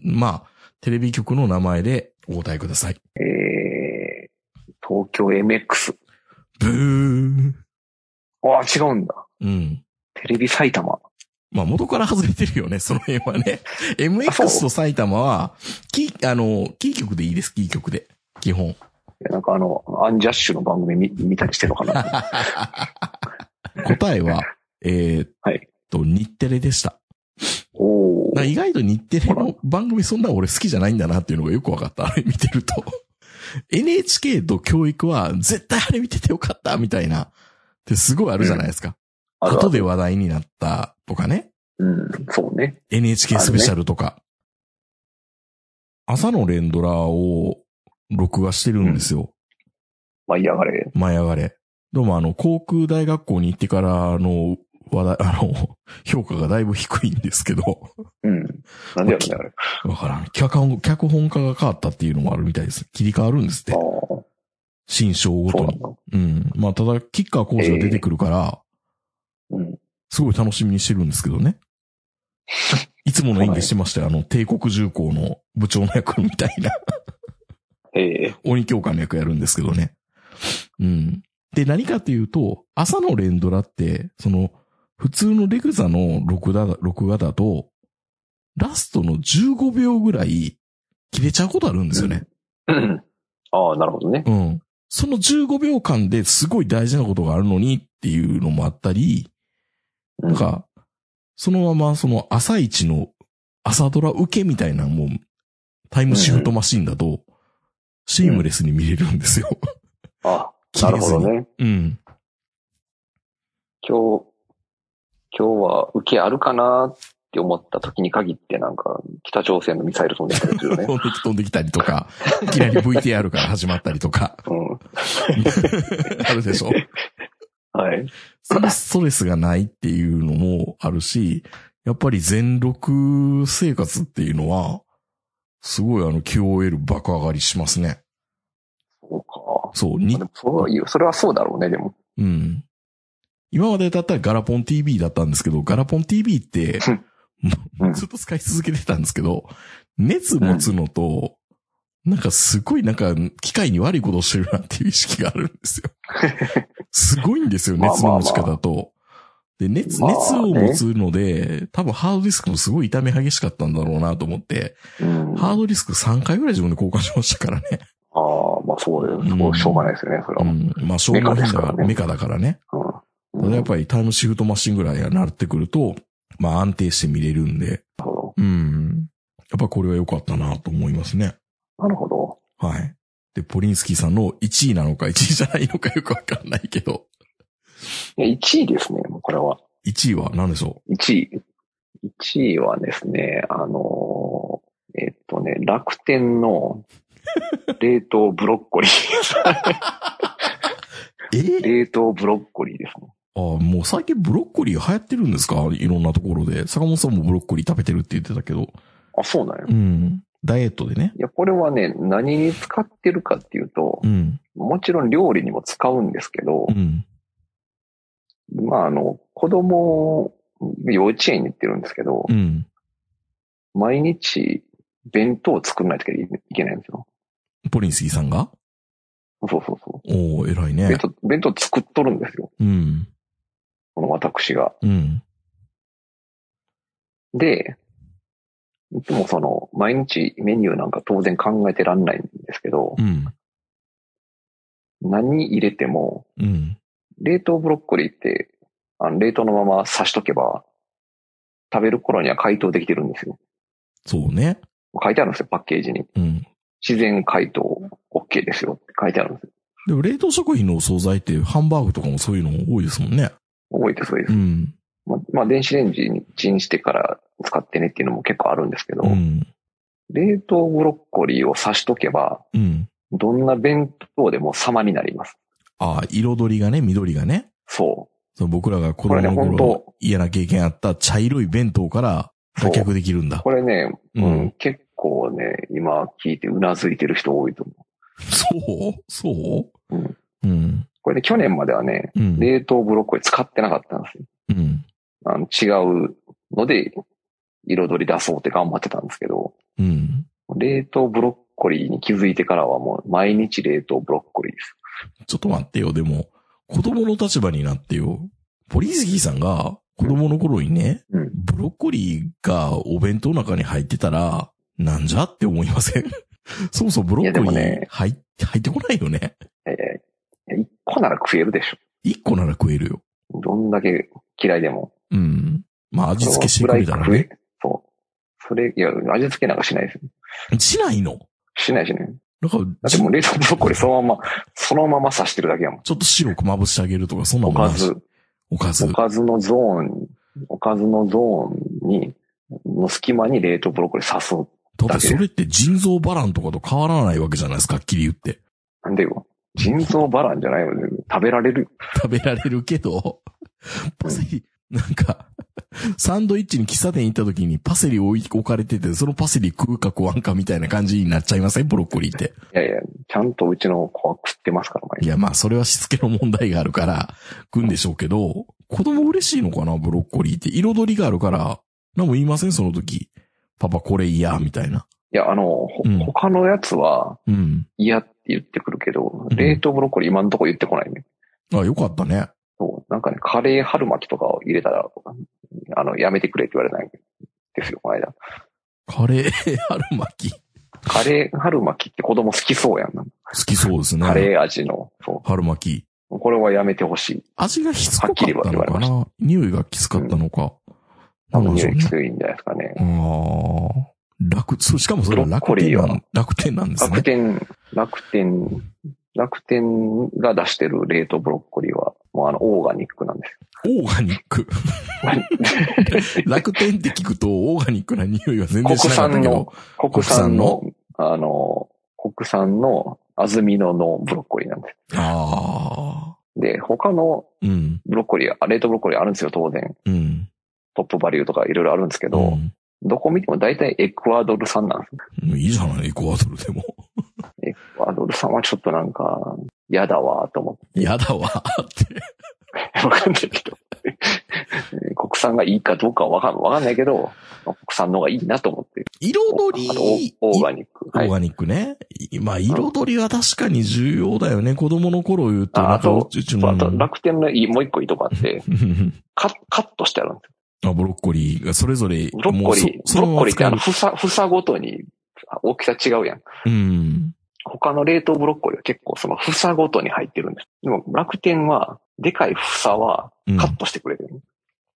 Speaker 2: 何、まあ、テレビ局の名前でお答えください。
Speaker 3: えー、東京 MX。
Speaker 2: ブー。
Speaker 3: ああ、違うんだ。
Speaker 2: うん。
Speaker 3: テレビ埼玉。
Speaker 2: まあ、元から外れてるよね、 その辺はね。
Speaker 3: あ
Speaker 2: MX
Speaker 3: そ
Speaker 2: と埼玉は、キー、あの、キー局でいいです、キー局で。基本。
Speaker 3: いやなんかあの、アンジャッシュの番組見見たりしてるのかな
Speaker 2: 答え は、えーっ
Speaker 3: はい
Speaker 2: と、日テレでした。
Speaker 3: おお
Speaker 2: だから意外と日テレの番組そんな俺好きじゃないんだなっていうのがよく分かった。 あれ見てると。NHK と教育は絶対あれ見ててよかったみたいな。ってすごいあるじゃないですか。
Speaker 3: あ
Speaker 2: 後
Speaker 3: と
Speaker 2: で話題になったとかね。
Speaker 3: うん、そうね。
Speaker 2: NHK スペシャルとか。朝の連ドラを録画してるんですよ。
Speaker 3: まあ嫌がれ。
Speaker 2: 舞い上がれ。どうもあの、航空大学校に行ってからの話題、あの、評価がだいぶ低いんですけど。
Speaker 3: うん。なんでやろね、あれ。
Speaker 2: わからん。脚本、脚本家が変わったっていうのもあるみたいです。切り替わるんですっ
Speaker 3: ああ
Speaker 2: て。、新章ご
Speaker 3: そう
Speaker 2: と
Speaker 3: な
Speaker 2: に
Speaker 3: ん。だ。
Speaker 2: うん。まあ、ただ、キッカー講師が出てくるから、
Speaker 3: うん。
Speaker 2: すごい楽しみにしてるんですけど ね。いつもの演技してましたよ。あの、帝国重工の部長の役みたいな、
Speaker 3: ええ
Speaker 2: 鬼教官の役やるんですけどね。うん。で、何かというと、朝の連ドラって、その、普通のレグザの録画だ、録画だと、ラストの15秒ぐらい切れちゃうことあるんですよね。
Speaker 3: うんああ、なるほどね。
Speaker 2: うん。その15秒間ですごい大事なことがあるのにっていうのもあったり、
Speaker 3: な
Speaker 2: なん、か、そのままその朝一の朝ドラ受けみたいなもうタイムシフトマシンだと、シームレスに見れるんですよ。
Speaker 3: あなるほどね。
Speaker 2: うん。
Speaker 3: 今日、今日は受けあるかなって思った時に限ってなんか、北朝鮮のミサイル飛んできたりす るよね。
Speaker 2: 飛んでき飛んできたりとか、いきなり VTR から始まったりとか、
Speaker 3: うん。
Speaker 2: あるでしょ
Speaker 3: はい。
Speaker 2: そのストレスがないっていうのもあるし、やっぱり全力生活っていうのは、すごいあの QOL 爆上がりしますね。
Speaker 3: そうか。
Speaker 2: そう、
Speaker 3: まあ
Speaker 2: に
Speaker 3: で、もそういう、それはそうだろうね、でも。
Speaker 2: うん。今までだったらガラポン TV だったんですけど、ガラポン TV って、
Speaker 3: うん
Speaker 2: ずっと使い続けてたんですけど、熱持つのと、なんかすごいなんか機械に悪いことをしてるなっていう意識があるんですよ。すごいんですよ、
Speaker 3: まあ
Speaker 2: 熱の持ち
Speaker 3: まあ
Speaker 2: 方と。で、熱、
Speaker 3: まあね
Speaker 2: 熱を持つので、多分ハードディスクもすごい痛み激しかったんだろうなと思って、
Speaker 3: うん。
Speaker 2: ハー
Speaker 3: あ
Speaker 2: ドディスク3回ぐらい自分で交換しましたからね。
Speaker 3: あ、まあそうだよ。そこはしょうがないですよね、それ
Speaker 2: う
Speaker 3: は。うん。
Speaker 2: ん。まあ、正面
Speaker 3: メカですからね
Speaker 2: メカだからね。
Speaker 3: う
Speaker 2: た
Speaker 3: ん
Speaker 2: だやっぱりタイムシフトマシンぐらいになってくると、まあ安定して見れるんで、
Speaker 3: なるほど。
Speaker 2: うん。やっぱこれは良かったなと思いますね。
Speaker 3: なるほど。
Speaker 2: はい。で、ポリンスキーさんの1位なのか1位じゃないのかよくわかんないけど、
Speaker 3: いや、1位ですね、もうこれは。
Speaker 2: 1位は何でしょ
Speaker 3: 1位。1位はですね、あのーえっとね、楽天の冷凍ブロッコリー。
Speaker 2: うえ
Speaker 3: 冷凍ブロッコリーですね。
Speaker 2: ああ、もう最近ブロッコリー流行ってるんですかいろんなところで。坂本さんもブロッコリー食べてるって言ってたけど。
Speaker 3: あ、そうなんや。
Speaker 2: う
Speaker 3: い
Speaker 2: ん。ダイエットでね。
Speaker 3: や、これはね、何に使ってるかっていうと
Speaker 2: う、ん。
Speaker 3: もちろん料理にも使うんですけど
Speaker 2: う、ん。
Speaker 3: まあ、あの、子供、幼稚園に行ってるんですけど
Speaker 2: う、ん。
Speaker 3: 毎日弁当を作らないといけないんですよ。
Speaker 2: ポリンスキーさんが
Speaker 3: そうそうそ。
Speaker 2: おお偉いうね
Speaker 3: 弁。当、弁当作っとるんですよ。
Speaker 2: うん。
Speaker 3: この私が。
Speaker 2: うん。
Speaker 3: で、いつもその、毎日メニューなんか当然考えてらんないんですけど
Speaker 2: う、ん。
Speaker 3: 何入れても、
Speaker 2: うん。
Speaker 3: 冷凍ブロッコリーって、あの冷凍のまま刺しとけば、食べる頃には解凍できてるんですよ。
Speaker 2: そうね。
Speaker 3: 書いてあるんですよ、パッケージに。
Speaker 2: うん。
Speaker 3: 自然解凍 OK ですよって書いてあるんですよ。
Speaker 2: でも冷凍食品のお惣菜ってハンバーグとかもそういうの多いですもんね。
Speaker 3: 覚えてそうです
Speaker 2: う。ん。
Speaker 3: ままあ、電子レンジにチンしてから使ってねっていうのも結構あるんですけど、
Speaker 2: うん。
Speaker 3: 冷凍ブロッコリーを刺しとけば、
Speaker 2: うん。
Speaker 3: どんな弁当でも様になります。
Speaker 2: ああ、彩りがね、緑がね。
Speaker 3: そう。
Speaker 2: その僕らが子供の
Speaker 3: これね本
Speaker 2: 頃嫌な経験あった茶色い弁当から脱却できるんだ。
Speaker 3: これね、
Speaker 2: う
Speaker 3: うんん、結構ね、今聞いてうなずいてる人多いと思う。
Speaker 2: そうそう
Speaker 3: うん
Speaker 2: うん。
Speaker 3: これで去年まではね、
Speaker 2: うん。
Speaker 3: 冷凍ブロッコリー使ってなかったんですよ。
Speaker 2: うん。
Speaker 3: あの違うので、彩り出そうって頑張ってたんですけど、
Speaker 2: うん。
Speaker 3: 冷凍ブロッコリーに気づいてからはもう毎日冷凍ブロッコリーです。
Speaker 2: ちょっと待ってよ。でも、子供の立場になってよ。ポリスキーさんが子供の頃にね、
Speaker 3: うん
Speaker 2: ブロッコリーがお弁当の中に入ってたら、なんじゃって思いません そもそもブロッコリ
Speaker 3: いやでも
Speaker 2: ー
Speaker 3: ね
Speaker 2: 入っ、入ってこないよね。
Speaker 3: えー、1個なら食えるでし
Speaker 2: 一個なら食えるよ。
Speaker 3: ょ。どんだけ嫌いでも。
Speaker 2: うん。まあ味付けして
Speaker 3: そ
Speaker 2: く
Speaker 3: のぐら
Speaker 2: れ
Speaker 3: い
Speaker 2: たら
Speaker 3: 食え
Speaker 2: ね。。
Speaker 3: そう。それ、いや、味付けなんかしないです。
Speaker 2: しないの。
Speaker 3: しないしない。
Speaker 2: なんか、
Speaker 3: だっ
Speaker 2: ち
Speaker 3: て
Speaker 2: ょ
Speaker 3: もう冷凍ブロッコリーそのまま、そのまま刺してるだけやもん。
Speaker 2: ちょっと白くまぶしてあげるとか、そんな
Speaker 3: お
Speaker 2: もん
Speaker 3: か
Speaker 2: なし
Speaker 3: ず。
Speaker 2: おかず
Speaker 3: お。かずのゾーン、おかずのゾーンに、の隙間に冷凍ブロッコリー刺す。
Speaker 2: だって
Speaker 3: だけ
Speaker 2: それって腎臓バランとかと変わらないわけじゃないですか、はっきり言って。
Speaker 3: なんでよ。腎臓バランじゃないよね。食べられるよ。
Speaker 2: 食べられるけど、パセリ、なんか、サンドイッチに喫茶店行った時にパセリ置い置かれてて、そのパセリ食うか食わんかみたいな感じになっちゃいませんブロッコリーって。
Speaker 3: いやいや、ちゃんとうちの子は食ってますから、
Speaker 2: い
Speaker 3: 毎日。
Speaker 2: や、まあ、それはしつけの問題があるから、食うんでしょうけど、子供嬉しいのかなブロッコリーって。彩りがあるから、何も言いませんその時。パパこれ嫌、みたいな。
Speaker 3: いや、あの、ほ
Speaker 2: うん
Speaker 3: 他のやつは
Speaker 2: うん。
Speaker 3: 嫌って言ってくるけど、
Speaker 2: うん
Speaker 3: 冷凍ブロッコリー今んとこ言ってこないね。
Speaker 2: あ、よかったね。
Speaker 3: そう。なんかね、カレー春巻きとかを入れたら、あの、やめてくれって言われないんですよ、この間。
Speaker 2: カレー春巻き。好
Speaker 3: カレー春巻きって子供好きそうやん。
Speaker 2: きそうですね。
Speaker 3: カレー味の。そ
Speaker 2: 春巻き。
Speaker 3: う。これはやめてほしい。
Speaker 2: 味がきつかった
Speaker 3: はっきり言
Speaker 2: の
Speaker 3: われ
Speaker 2: か
Speaker 3: まし
Speaker 2: な匂いがきつかったのか。
Speaker 3: 多
Speaker 2: な
Speaker 3: 分
Speaker 2: んでしょ
Speaker 3: 匂
Speaker 2: う
Speaker 3: い
Speaker 2: ね
Speaker 3: き。ついんじゃないですかね。
Speaker 2: ああ。楽、そう、しかもそれは楽天
Speaker 3: ブロッコリー
Speaker 2: な
Speaker 3: は、
Speaker 2: 楽天なんです
Speaker 3: 楽
Speaker 2: ね。
Speaker 3: 天、楽天、楽天が出してる冷凍ブロッコリーは、もうあの、オーガニックなんです。
Speaker 2: オーガニッ ク。楽天って聞くと、オーガニックな匂いは全然しなかったけど。
Speaker 3: 国産の、あの、国産の小豆ののブロッコリーなんです。
Speaker 2: ああ。
Speaker 3: で、他の
Speaker 2: うん。
Speaker 3: ブロッコリー、あ冷凍ブロッコリーあるんですよ、当然。
Speaker 2: うん。
Speaker 3: トップバリューとかいろいろあるんですけど、
Speaker 2: ん
Speaker 3: どこ見ても大体エクアドル産なんです。
Speaker 2: いいじゃない、エクアドルでも。
Speaker 3: エクアドル産はちょっとなんか、嫌だわと思っ
Speaker 2: やだわーって。
Speaker 3: て、わかんないけど。 国産がいいかどうかはわかんわかんないけど、国産の方がいいなと思って。
Speaker 2: 彩
Speaker 3: あのオー
Speaker 2: り。
Speaker 3: オーガニック。
Speaker 2: オ
Speaker 3: はい
Speaker 2: ーガニックね。いまあ、彩りは確かに重要だよね。子供の頃言うと、
Speaker 3: あ
Speaker 2: な
Speaker 3: あ
Speaker 2: んか、
Speaker 3: と
Speaker 2: うちうち
Speaker 3: そう
Speaker 2: の
Speaker 3: あ。と楽天のいいもう一個いいとこあって、
Speaker 2: うん
Speaker 3: カッカットしてあるんですよ。
Speaker 2: あ、ブロッコリーがそれぞれ、
Speaker 3: ブロッコリー、
Speaker 2: もうそ
Speaker 3: ブロッコリーってあ
Speaker 2: その
Speaker 3: の、
Speaker 2: まま
Speaker 3: 房、房ごとにあ大きさ違うやん。
Speaker 2: 使えるうん。
Speaker 3: 他の冷凍ブロッコリーは結構その房ごとに入ってるんです。でも楽天は、でかい房は
Speaker 2: うん
Speaker 3: カットしてくれる。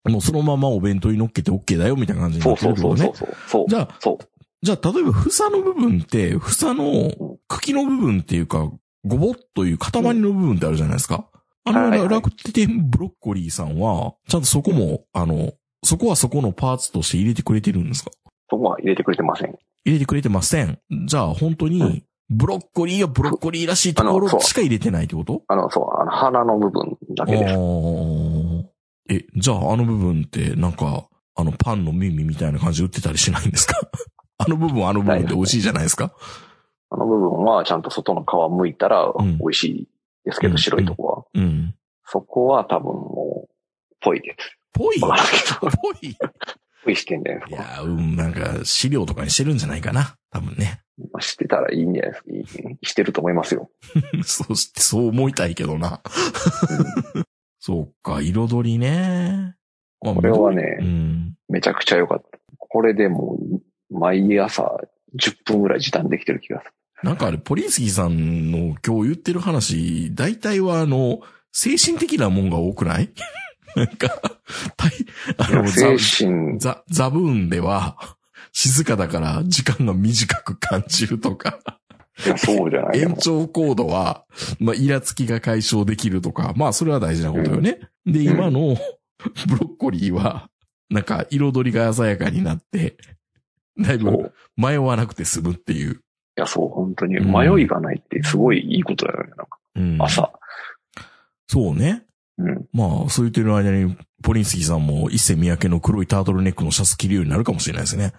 Speaker 2: もうそのままお弁当に乗っけて OK だよ、みたいな感じに
Speaker 3: そ
Speaker 2: な
Speaker 3: う
Speaker 2: ってる
Speaker 3: そう
Speaker 2: って
Speaker 3: そ
Speaker 2: こ
Speaker 3: う
Speaker 2: と
Speaker 3: そ
Speaker 2: ね
Speaker 3: う。そう。そう
Speaker 2: じゃあ、
Speaker 3: そう
Speaker 2: じゃあ、例えば、房の部分って、房の茎の部分っていうか、ごぼっという塊の部分ってあるじゃないですか。あ
Speaker 3: はいはいは
Speaker 2: の、
Speaker 3: い
Speaker 2: 楽天ブロッコリーさんは、ちゃんとそこも、あの、そこはそこのパーツとして入れてくれてるんですか
Speaker 3: そこは入れてくれてません。
Speaker 2: 入れてくれてません。じゃあ、本当
Speaker 3: う
Speaker 2: に
Speaker 3: ん、
Speaker 2: ブロッコリーがブロッコリーらしいところ
Speaker 3: あのそう
Speaker 2: しか入れてないってこと
Speaker 3: あの、そう、あの、鼻の部分だけです。
Speaker 2: あーえ、じゃああの部分ってなんか、あのパンの耳みたいな感じで売ってたりしないんですか あの部分はあの部分で美味しいじゃないですか。
Speaker 3: あの部分はちゃんと外の皮剥いたら
Speaker 2: ん
Speaker 3: 美味しいですけど、
Speaker 2: うん
Speaker 3: 白いとこは。
Speaker 2: うん。
Speaker 3: そこは多分もう、ぽいです。
Speaker 2: ぽい
Speaker 3: わ
Speaker 2: ぽ
Speaker 3: からんけど、
Speaker 2: いい
Speaker 3: ぽいしてんじゃないですか。
Speaker 2: やー、うん、なんか資料とかにしてるんじゃないかな。多分ね。
Speaker 3: まあしてたらいいんじゃないですか。いいしてると思いますよ。
Speaker 2: そうして、そう思いたいけどな。 そうか、彩りね。こ
Speaker 3: これは
Speaker 2: う
Speaker 3: ね、
Speaker 2: ん。
Speaker 3: めちゃくちゃ良かった。これでもう、毎朝10分ぐらい時短できてる気がする。
Speaker 2: なんかあれ、ポリンスキーさんの今日言ってる話、大体はあの、精神的なもんが多くない なんか、大あの、ザ
Speaker 3: 精、神、
Speaker 2: ザ、ザブーンでは、静かだから時間が短く感じるとか、
Speaker 3: いやそうじゃないで
Speaker 2: 延
Speaker 3: も
Speaker 2: 長コードは、まあ、イラつきが解消できるとか、まあ、それは大事なことよね。で、今のブロッコリーは、なんか、彩りが鮮やかになって、だい
Speaker 3: そう
Speaker 2: ぶ迷わなくて済むっていう。
Speaker 3: いや、そう、本当に。
Speaker 2: うん
Speaker 3: 迷いがないってすごいいいことだよね。なんか
Speaker 2: うん、
Speaker 3: 朝。
Speaker 2: そうね。
Speaker 3: うん。
Speaker 2: まあ、そう言ってる間に、ポリンスキーさんも一世三宅の黒いタートルネックのシャツ着るようになるかもしれないです ね。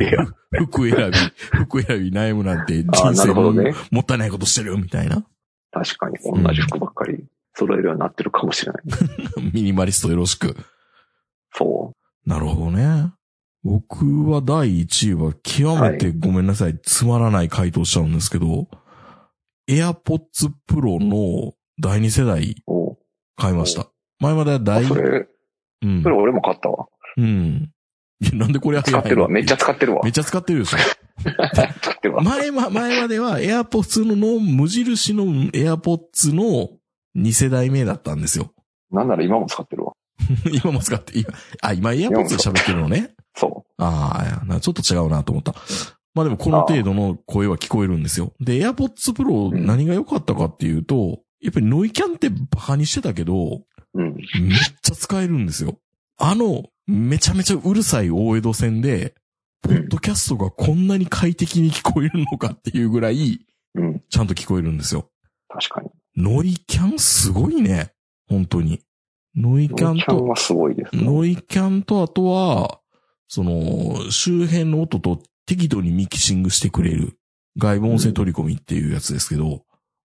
Speaker 3: いや、
Speaker 2: 服選び、服選び悩むなんて人
Speaker 3: ああ、な
Speaker 2: 生
Speaker 3: るほど
Speaker 2: も,、
Speaker 3: ね。
Speaker 2: もったいないことしてるみたいな。
Speaker 3: 確かに同じ服ばっかり揃えるようになってるかもしれない。
Speaker 2: ミニマリストよろしく。
Speaker 3: そ
Speaker 2: なるほどね。僕は第1位は極めてごめんなさい、つまらない回答しちゃうんですけど、AirPods Pro の第2世代
Speaker 3: う。おう
Speaker 2: 買いました。前までは
Speaker 3: あ
Speaker 2: 第、
Speaker 3: それ、
Speaker 2: うん
Speaker 3: それ。俺も買ったわ。
Speaker 2: うん。いや、なんでこれ
Speaker 3: 使ってるわ。めっちゃ使ってるわ
Speaker 2: めっ。ちゃ使ってるでしょ。
Speaker 3: 使ってるわ。
Speaker 2: 前ま、前までは AirPods のの無印の AirPods の2世代目だったんですよ。
Speaker 3: なんなら今も使ってるわ。
Speaker 2: 今も使って、今、あ、今 AirPods で喋ってるのね。
Speaker 3: そ
Speaker 2: ああ、なちょっと違うなと思った。まあでもこの程度の声は聞こえるんですよ。で、AirPods
Speaker 3: う
Speaker 2: Pro
Speaker 3: ん
Speaker 2: 何が良かったかっていうと、やっぱりノイキャンってバカにしてたけど、
Speaker 3: う。うん。
Speaker 2: めっちゃ使えるんですよ。あの、めちゃめちゃうるさい大江戸線で、ポッドキャストがこんなに快適に聞こえるのかっていうぐらい、
Speaker 3: うん。
Speaker 2: ちゃんと聞こえるんですよ。
Speaker 3: 確かに。
Speaker 2: ノイキャンすごいね。本当に。ノイキ
Speaker 3: キ
Speaker 2: ャン
Speaker 3: ャン
Speaker 2: と、
Speaker 3: はすごいですね。
Speaker 2: ノイキャンと、あとは、その、周辺の音と適度にミキシングしてくれる。外部音声取り込みっていうやつですけど、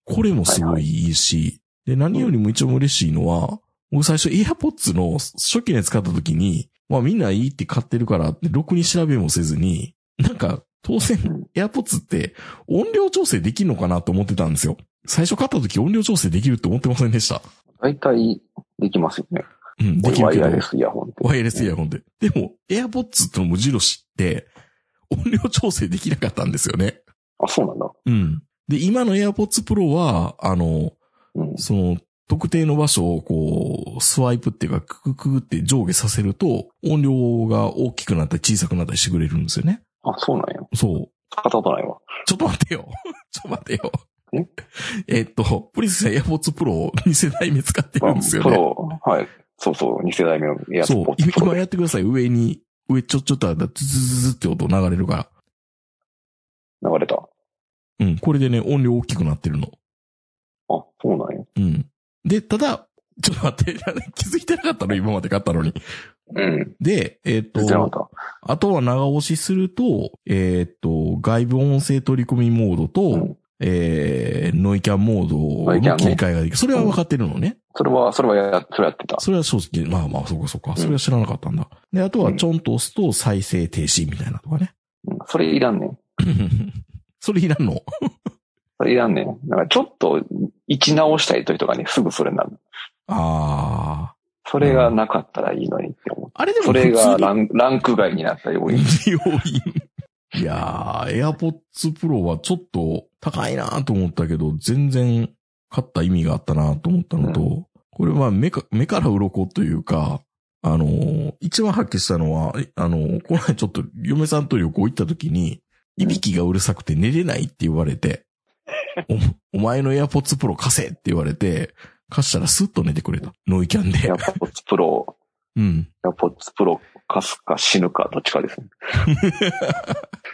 Speaker 2: これもすごいいいし、で、何よりも一番嬉しいのは、僕最初 AirPods の初期のやつ買った時に、まあみんないいって買ってるからって、ろくに調べもせずに、なんか、当然 AirPods って音量調整できるのかなと思ってたんですよ。最初買った時音量調整できるって思ってませんでした。
Speaker 3: 大体できますよね。
Speaker 2: うん、できる
Speaker 3: ワイ
Speaker 2: けど
Speaker 3: ヤ。レスイヤホンって。
Speaker 2: ワイヤレスイヤホンで。でも、AirPods との無印って、音量調整できなかったんですよね。
Speaker 3: あ、そうなんだ。
Speaker 2: うん。で、今の AirPods Pro は、あの、
Speaker 3: うん。
Speaker 2: その、特定の場所をこう、スワイプっていうか、ククククって上下させると、音量が大きくなったり小さくなったりしてくれるんですよね。
Speaker 3: あ、そうなんや。
Speaker 2: そう。
Speaker 3: 使ったことないわ。
Speaker 2: ちょっと待ってよ。ちょっと待ってよ。えっと、プリスや AirPods Pro を2世代目使って
Speaker 3: ま
Speaker 2: る
Speaker 3: あ
Speaker 2: んですよ
Speaker 3: プ
Speaker 2: ね。
Speaker 3: ロ、はい。そうそう、2世代目のエア
Speaker 2: そ
Speaker 3: ポ
Speaker 2: う
Speaker 3: ッ。
Speaker 2: 今
Speaker 3: ドプロ
Speaker 2: 今やってください。上に、上ちょちょっとあったらズズズズって音流れるから。
Speaker 3: 流れた。あ、
Speaker 2: うん。これでね、音量大きくなってるの。
Speaker 3: そうなんや。
Speaker 2: うん。で、ただ、ちょっと待って、 気づいてなかったの今まで買ったのに。
Speaker 3: うん。
Speaker 2: で、えっ、
Speaker 3: 全然な
Speaker 2: と、
Speaker 3: かっ
Speaker 2: あとは長押しすると、えっ、と、外部音声取り込みモードと、
Speaker 3: うん
Speaker 2: えー、ノイキャンモード
Speaker 3: ノイキャ
Speaker 2: の
Speaker 3: ンね
Speaker 2: 切り替えができる。それは分かってるのね。
Speaker 3: た。それは、それはや、それやってた。
Speaker 2: それは正直、まあまあ、そうかそうか。それは知らなかったんだ。で、あとはちょんと押すと再生停止みたいなとかね。
Speaker 3: うんそれいらんねん。
Speaker 2: それいらんの。
Speaker 3: それいらんねん。なんかちょっと、位置直したい時とかにすぐそれになる。
Speaker 2: ああ。
Speaker 3: それがなかったらいいのにって思う。
Speaker 2: あれでも
Speaker 3: そ
Speaker 2: 普通
Speaker 3: れ
Speaker 2: に
Speaker 3: がランランク外になっ た要因。
Speaker 2: 要因。いやー、AirPods Pro はちょっと高いなーと思ったけど、全然買った意味があったなーと思ったのと、
Speaker 3: う
Speaker 2: これは目か、目から鱗というか、あのー一番発揮したのは、えあのーこの前ちょっと嫁さんと旅行行った時に、いびきがうるさくて寝れないって言われて、おお前の AirPods Pro 貸せって言われて、貸したらスッと寝てくれた。ノイキャンで
Speaker 3: エア。ポッツプロ、
Speaker 2: うん。
Speaker 3: エアポッツプロ、かすか死ぬか、どっちかですね。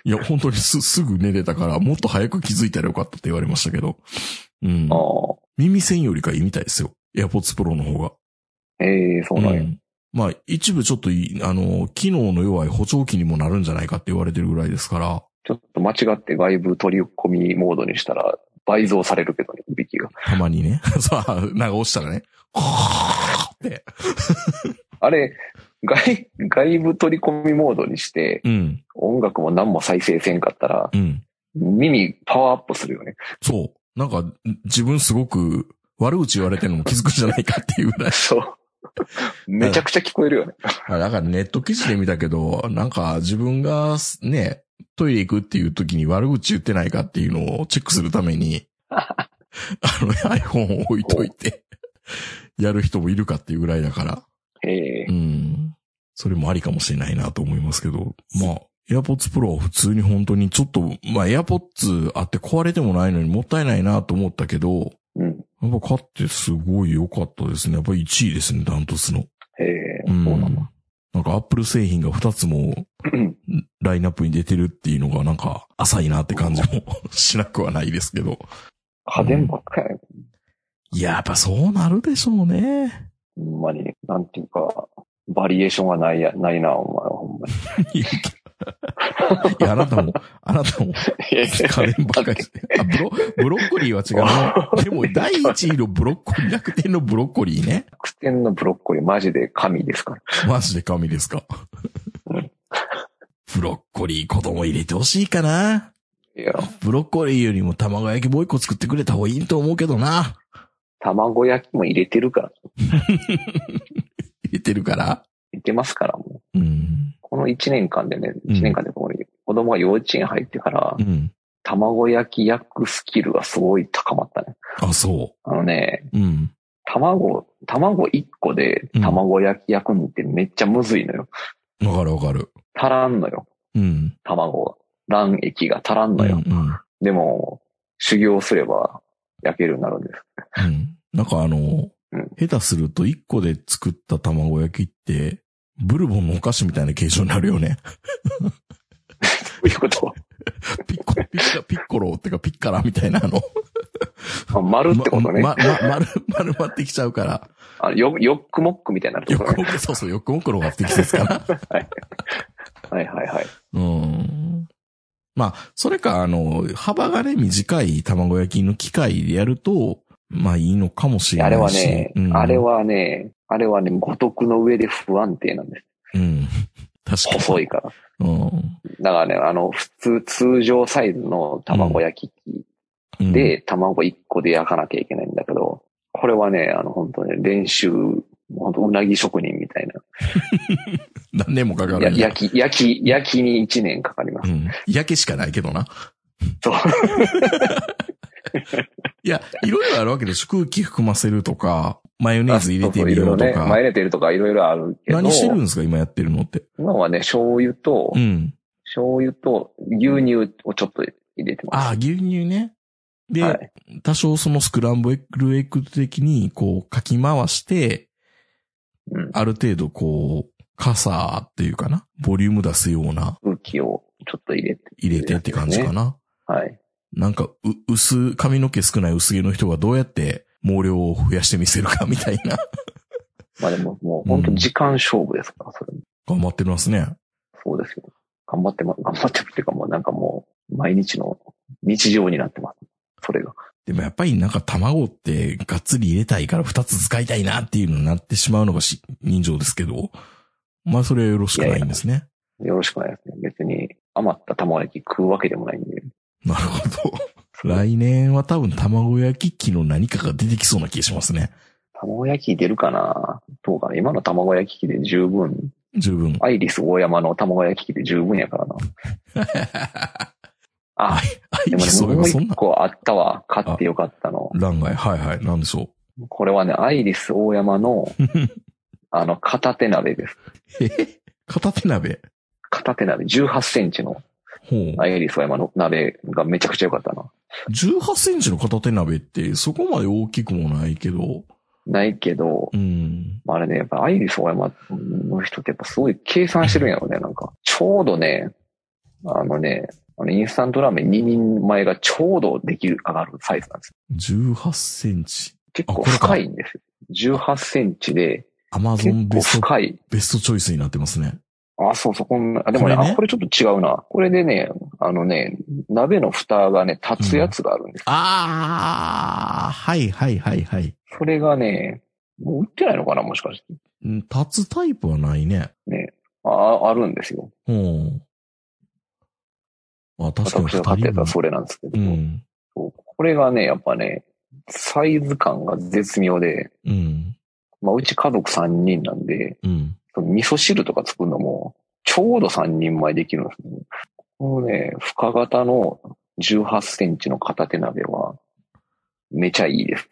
Speaker 2: いや、本当にす、すぐ寝れたから、もっと早く気づいたらよかったって言われましたけど。うん
Speaker 3: あ。あ。
Speaker 2: 耳栓よりかいいみたいですよ。AirPods Pro の方が。
Speaker 3: ええそうなんや。
Speaker 2: んまあ、一部ちょっといい、あの、機能の弱い補聴器にもなるんじゃないかって言われてるぐらいですから。
Speaker 3: ちょっと間違って外部取り込みモードにしたら倍増されるけどね、いびきが。
Speaker 2: たまにね。 さあ、なんか落ちたらね。って。
Speaker 3: あれ、外、外部取り込みモードにして、
Speaker 2: うん。
Speaker 3: 音楽も何も再生せんかったら、
Speaker 2: うん。
Speaker 3: 耳パワーアップする よね。
Speaker 2: そう。なんか、自分すごく悪口言われてるのも気づくんじゃないかっていうぐらい。
Speaker 3: そう。めちゃくちゃ聞こえるよね。
Speaker 2: あだからネット記事で見たけど、なんか自分がね、トイレ行くっていう時に悪口言ってないかっていうのをチェックするために、あの iPhone を置いといて、やる人もいるかっていうぐらいだから、
Speaker 3: ええ
Speaker 2: うん。それもありかもしれないなと思いますけど、まあ、AirPods Pro は普通に本当にちょっと、まあ AirPods あって壊れてもないのにもったいないなと思ったけど、
Speaker 3: うん。
Speaker 2: やっぱ買ってすごい良かったですね。やっぱ1位ですね、ダントツの。
Speaker 3: ええ
Speaker 2: うん
Speaker 3: そうなんだ。
Speaker 2: なんかアップル製品が2つも
Speaker 3: うん
Speaker 2: ラインナップに出てるっていうのがなんか浅いなって感じもしなくはないですけど。
Speaker 3: 家電ばっかやね。
Speaker 2: いや、やっぱそうなるでしょうね。
Speaker 3: ほんまに、なんていうか、バリエーションがないや、ないな、お前はほんまに。
Speaker 2: いや、いやあなたも、あなたも
Speaker 3: 家
Speaker 2: 家電ばっかりして。あ、ブロ、ブロッコリーは違うの。でも第1位のブロッコリー、楽天のブロッコリーね。
Speaker 3: 楽天のブロッコリーマジで神ですから。
Speaker 2: マジで神です か
Speaker 3: うん。
Speaker 2: ブロッコリー子供入れてほしいかな。
Speaker 3: いや、
Speaker 2: ブロッコリーよりも卵焼きもう一個作ってくれた方がいいと思うけどな。
Speaker 3: 卵焼きも入れてるから、
Speaker 2: 入れてるから。
Speaker 3: 入れてますから、もう。
Speaker 2: うん。
Speaker 3: この1年間でね、
Speaker 2: うん
Speaker 3: 1年間でこれ、子供が幼稚園入ってから
Speaker 2: う、ん。
Speaker 3: 卵焼き焼くスキルがすごい高まったね。
Speaker 2: あ、そ
Speaker 3: あのね、
Speaker 2: う。うん。
Speaker 3: 卵、卵1個で
Speaker 2: うん
Speaker 3: 卵焼き焼くのってめっちゃむずいのよ。
Speaker 2: わかるわかる。
Speaker 3: 足らんのよ、
Speaker 2: うん。
Speaker 3: 卵が。卵液が足らん
Speaker 2: う
Speaker 3: の
Speaker 2: ん、う
Speaker 3: よ。
Speaker 2: ん。
Speaker 3: でも、修行すれば焼けるようになるんです。
Speaker 2: うん。なんかあの
Speaker 3: うん、
Speaker 2: 下手すると1個で作った卵焼きって、ブルボンのお菓子みたいな形状になるよね。
Speaker 3: ということ
Speaker 2: ピッコ、ピッカ、ピッコロってかピッカラみたいなあの。
Speaker 3: は、あ丸ってことね。
Speaker 2: ま、ま、ま丸、丸まってきちゃうから。
Speaker 3: あのよ、ヨックモックみたいになる
Speaker 2: よ
Speaker 3: ところ
Speaker 2: く
Speaker 3: ね。
Speaker 2: も、そうそう、よくもころが適切かな。
Speaker 3: はいはいはい。
Speaker 2: うん。まあ、それか、あの、幅がね、短い卵焼きの機械でやると、まあいいのかもしれ
Speaker 3: あ
Speaker 2: な
Speaker 3: れ
Speaker 2: い
Speaker 3: は
Speaker 2: し。
Speaker 3: ね、
Speaker 2: うん
Speaker 3: あれはね、あれはね、五徳の上で不安定なんです。
Speaker 2: うん。 確かに。
Speaker 3: 細いから。
Speaker 2: うん。
Speaker 3: だからね、あの、普通、通常サイズの卵焼き
Speaker 2: うん
Speaker 3: 器、で、卵1個で焼かなきゃいけないんだけど、これはね、あの、本当ね、練習、本当うなぎ職人みたい
Speaker 2: 何年もかか
Speaker 3: な。
Speaker 2: る
Speaker 3: や
Speaker 2: んや。
Speaker 3: 焼き、焼き、焼きに1年かかりま
Speaker 2: う
Speaker 3: す。
Speaker 2: ん。焼けしかないけどな。
Speaker 3: そう。
Speaker 2: いや、いろいろあるわけでしょ。空気含ませるとか、マヨネーズ入れて
Speaker 3: そうそう
Speaker 2: み
Speaker 3: いろい
Speaker 2: よ
Speaker 3: ろ
Speaker 2: うと
Speaker 3: ね、マ
Speaker 2: か。
Speaker 3: ヨネーズ入れるとかいろいろあるけど、
Speaker 2: 何してるんですか今やってるのって。
Speaker 3: 今はね、醤油と、
Speaker 2: うん。
Speaker 3: 醤油と牛乳をちょっと入れてます。
Speaker 2: ああ、牛乳ね。で、
Speaker 3: はい。
Speaker 2: 多少そのスクランブルエッグ的にこうかき回して、
Speaker 3: うん。
Speaker 2: ある程度こう、傘っていうかな、ボリューム出すような
Speaker 3: 空気をちょっと入れて。
Speaker 2: 入れてって感じかな。
Speaker 3: はい。
Speaker 2: なんか、う、薄、髪の毛少ない薄毛の人がどうやって毛量を増やしてみせるかみたいな。
Speaker 3: まあでももう本当時間勝負ですから、それも
Speaker 2: 頑張ってますね。
Speaker 3: そうですよ。頑張ってま、 頑張ってるっていうかもうなんかもう毎日の日常になってます。それが。
Speaker 2: でもやっぱりなんか卵ってがっつり入れたいから二つ使いたいなっていうのになってしまうのがし人情ですけど、まあそれはよろしくないんですね。
Speaker 3: よろしくないですね。別に余った卵焼き食うわけでもないんで。
Speaker 2: なるほど。 来年は多分卵焼き器の何かが出てきそうな気がしますね。
Speaker 3: 卵焼き出るかなどうかな今の卵焼き器で十分。
Speaker 2: 十分。
Speaker 3: アイリス大山の卵焼き器で十分やからな。あ、
Speaker 2: あ
Speaker 3: で
Speaker 2: い
Speaker 3: も
Speaker 2: き
Speaker 3: ね
Speaker 2: そういえ
Speaker 3: も
Speaker 2: ば
Speaker 3: う
Speaker 2: そん
Speaker 3: 一
Speaker 2: な。
Speaker 3: 個あったわ。買ってよかったの。
Speaker 2: 欄外。はいはい。なんでしょ
Speaker 3: これはね、アイリス大 山の、
Speaker 2: う。
Speaker 3: あの、片手鍋です。
Speaker 2: え片手鍋。
Speaker 3: 片手鍋、18センチの
Speaker 2: ほう。
Speaker 3: アイリス大山の鍋がめちゃくちゃ良かったな。
Speaker 2: 18センチの片手鍋ってそこまで大きくもないけど、
Speaker 3: ないけど、
Speaker 2: うん。
Speaker 3: まああれね、やっぱアイリス大山の人ってやっぱすごい計算してるんやろね、なんか。ちょうどね、あのね、あのインスタントラーメン2人前がちょうどできる、上がるサイズなんですよ。
Speaker 2: 18センチ。
Speaker 3: 結
Speaker 2: あ
Speaker 3: 構
Speaker 2: これか
Speaker 3: 深いんですよ。18センチで、
Speaker 2: アマゾ
Speaker 3: 結
Speaker 2: ン
Speaker 3: 構
Speaker 2: ベスト、
Speaker 3: 深い。
Speaker 2: ベストチョイスになってますね。
Speaker 3: あ、そうそう、こんな、あでもね
Speaker 2: これね
Speaker 3: あ、これちょっと違うな。これでね、あのね、鍋の蓋がね、立つやつがあるんです。
Speaker 2: ああ、はいはいはいはい。
Speaker 3: それがね、もう売ってないのかな、もしかして。
Speaker 2: うん立つタイプはないね。
Speaker 3: あ、あるんですよ。
Speaker 2: うん。あ、確かに
Speaker 3: 私が買ってたら
Speaker 2: 二人
Speaker 3: それなんですけど、
Speaker 2: うん。
Speaker 3: そうこれがね、やっぱね、サイズ感が絶妙で、
Speaker 2: うん。
Speaker 3: まあ、うち家族3人なんで、
Speaker 2: うん。
Speaker 3: その味噌汁とか作るのも、ちょうど3人前できるんですね。このね、深型の18センチの片手鍋は、めちゃい いです。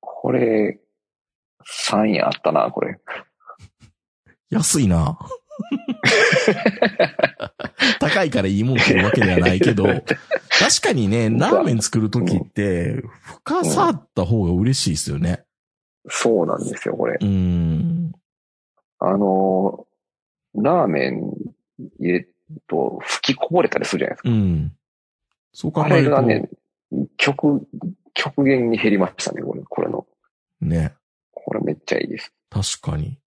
Speaker 3: これ、3円あったな、これ。
Speaker 2: 安いな。 高いからいいものってわけではないけど、確かに ね、ラーメン作るときって、深さあった方が嬉しいですよね。
Speaker 3: そうなんですよ、これ。
Speaker 2: うん。
Speaker 3: あのー、ラーメン入れると吹きこぼれたりするじゃないですか。
Speaker 2: うん。そう考
Speaker 3: あ
Speaker 2: え
Speaker 3: れ
Speaker 2: る
Speaker 3: が
Speaker 2: と、
Speaker 3: ね
Speaker 2: ね。、
Speaker 3: 極、極限に減りましたね、これ、これの。これめっちゃいいです。
Speaker 2: 確かに。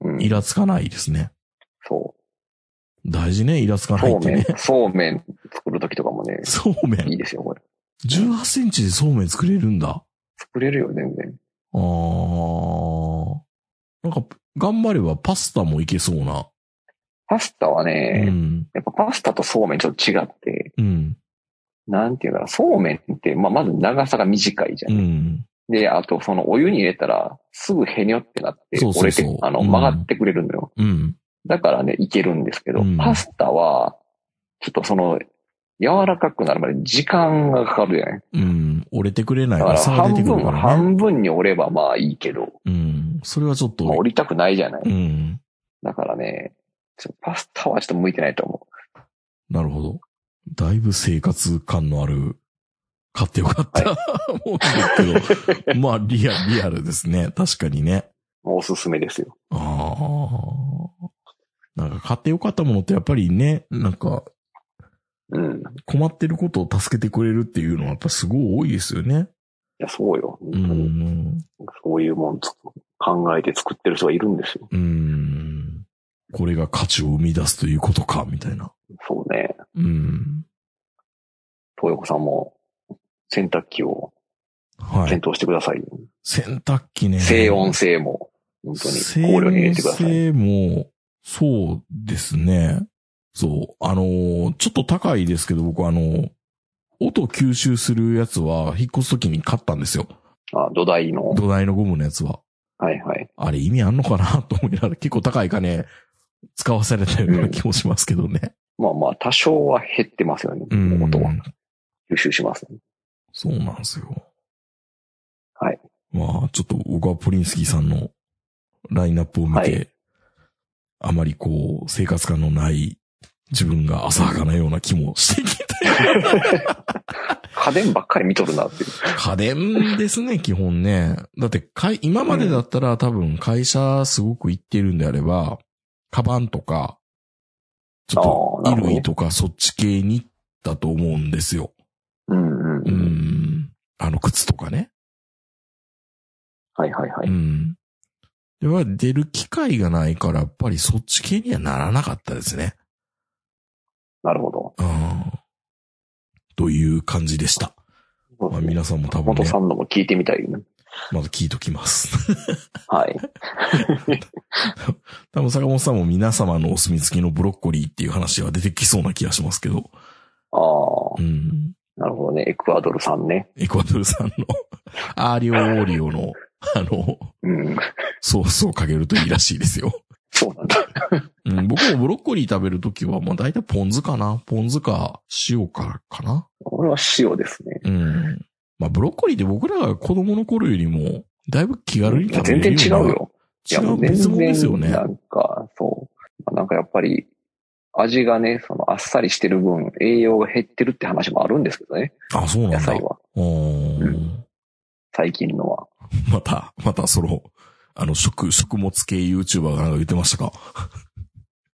Speaker 3: うん
Speaker 2: イ。ラつかないですね。
Speaker 3: そ
Speaker 2: 大事ね、イラつか
Speaker 3: う。
Speaker 2: ない
Speaker 3: そう
Speaker 2: って
Speaker 3: めん
Speaker 2: ね。、
Speaker 3: そうめん作るときとかもね、
Speaker 2: そうめ
Speaker 3: い
Speaker 2: ん。
Speaker 3: いですよ、これ。
Speaker 2: 18センチでそうめん作れるんだ。
Speaker 3: 作れるよ、全然。
Speaker 2: あー。なんか、頑張ればパスタもいけそうな。
Speaker 3: パスタはね、
Speaker 2: うん。
Speaker 3: やっぱパスタとそうめんちょっと違って、
Speaker 2: うん。
Speaker 3: なんていうかな、そうめんって、まあ、まず長さが短いじゃ。
Speaker 2: うんん。
Speaker 3: で、あと、そのお湯に入れたら、すぐへにょってなって、
Speaker 2: そう
Speaker 3: 折
Speaker 2: そう
Speaker 3: れ
Speaker 2: そ
Speaker 3: て
Speaker 2: う、
Speaker 3: あの、
Speaker 2: うん
Speaker 3: 曲がってくれるのよ。
Speaker 2: うん。
Speaker 3: だからね、いけるんですけど、
Speaker 2: うん
Speaker 3: パスタは、ちょっとその、柔らかくなるまで時間がかかるじゃない。
Speaker 2: うん。折れてくれない
Speaker 3: だ
Speaker 2: か、
Speaker 3: からら
Speaker 2: 差が
Speaker 3: 半
Speaker 2: 出てく
Speaker 3: 分、
Speaker 2: るからね。
Speaker 3: 半分に折ればまあいいけど、
Speaker 2: うん。それはちょっと
Speaker 3: まあ、、折りたくないじゃない。
Speaker 2: うん。
Speaker 3: だからね、ちょっとパスタはちょっと向いてないと思
Speaker 2: なるほど。だいぶ生活感のある、買ってよかった。 もうちょっと、 まあ、リア、リアルですね。確かにね。
Speaker 3: う。もうおすすめですよ。
Speaker 2: ああ。なんか買ってよかったものってやっぱりね、なんか
Speaker 3: うん。い
Speaker 2: 困ってることを助けてくれるっていうのはやっぱすごい多いですよね。
Speaker 3: や、そうよ。本
Speaker 2: う
Speaker 3: 当に
Speaker 2: ん。
Speaker 3: そういうもんつ考えて作ってる人がいるんですよ。
Speaker 2: うん。これが価値を生み出すということか、みたいな。
Speaker 3: そうね。
Speaker 2: うん。
Speaker 3: 東横さんも、洗濯機を
Speaker 2: はい。
Speaker 3: 検討してくださいよ。
Speaker 2: 洗濯機ね。
Speaker 3: 静音性も、本当に考慮に入れてください。
Speaker 2: 静音性も、そうですね。そう。あのー、ちょっと高いですけど、僕あのー、音を吸収するやつは、引っ越すときに買ったんですよ。
Speaker 3: あ、土台の。
Speaker 2: 土台のゴムのやつは。
Speaker 3: はいはい。
Speaker 2: あれ意味あんのかなと思いながら、結構高い金使わされたような気もしますけどね。
Speaker 3: まあまあ、多少は減ってますよね。
Speaker 2: うん。
Speaker 3: 音は吸収します、ね。
Speaker 2: そうなんですよ。
Speaker 3: はい。
Speaker 2: まあ、ちょっと僕はポリンスキーさんのラインナップを見て、
Speaker 3: はい
Speaker 2: あまりこう、生活感のない自分が浅はかなような気もしてきて。
Speaker 3: 家電ばっかり見とるなっていう。
Speaker 2: 家電ですね、基本ね。だって、かい、今までだったら多分会社すごく行ってるんであれば、カバンとか、ちょっと
Speaker 3: あーなる
Speaker 2: 衣
Speaker 3: ほど
Speaker 2: 類とかそっち系にだと思うんですよ。
Speaker 3: うんうん。
Speaker 2: う。ん。あの、靴とかね。
Speaker 3: はいはいは
Speaker 2: う
Speaker 3: い。
Speaker 2: ん。では、出る機会がないから、やっぱりそっち系にはならなかったですね。
Speaker 3: なるほど。
Speaker 2: うん。という感じでした。
Speaker 3: そう
Speaker 2: ま
Speaker 3: で
Speaker 2: すあ、
Speaker 3: ね
Speaker 2: 皆さんも多分
Speaker 3: 元
Speaker 2: ね
Speaker 3: さ、んのも聞いてみたいね。
Speaker 2: まだ聞いときます。
Speaker 3: はい。
Speaker 2: 多分坂本さんも皆様のお墨付きのブロッコリーっていう話は出てきそうな気がしますけど。
Speaker 3: ああ、
Speaker 2: うん。
Speaker 3: なるほどね。エクアドルさんね。
Speaker 2: エクアドルさんの アーリオオーリオの、あの、
Speaker 3: うん。
Speaker 2: ソースをかけるといいらしいですよ。
Speaker 3: そうなんだ。
Speaker 2: うん、僕もブロッコリー食べるときは、まあ大体ポン酢かな。ポン酢か塩かかな。
Speaker 3: 俺は塩ですね。
Speaker 2: うん。まあ、ブロッコリーって僕らが子供の頃よりも、だいぶ気軽に食べ
Speaker 3: 全
Speaker 2: れ
Speaker 3: 然
Speaker 2: る
Speaker 3: 違う
Speaker 2: な。
Speaker 3: よ。いや
Speaker 2: 違
Speaker 3: も
Speaker 2: う
Speaker 3: う全
Speaker 2: 別物ですよね
Speaker 3: 然。なんか、そう。まあなんかやっぱり、味がね、そのあっさりしてる分、栄養が減ってるって話もあるんですけどね。
Speaker 2: あ、そうなんだ
Speaker 3: 野菜。は。
Speaker 2: うーん
Speaker 3: う最近のは。
Speaker 2: また、またその、あの、食、食物系 YouTuber がなんか言ってましたか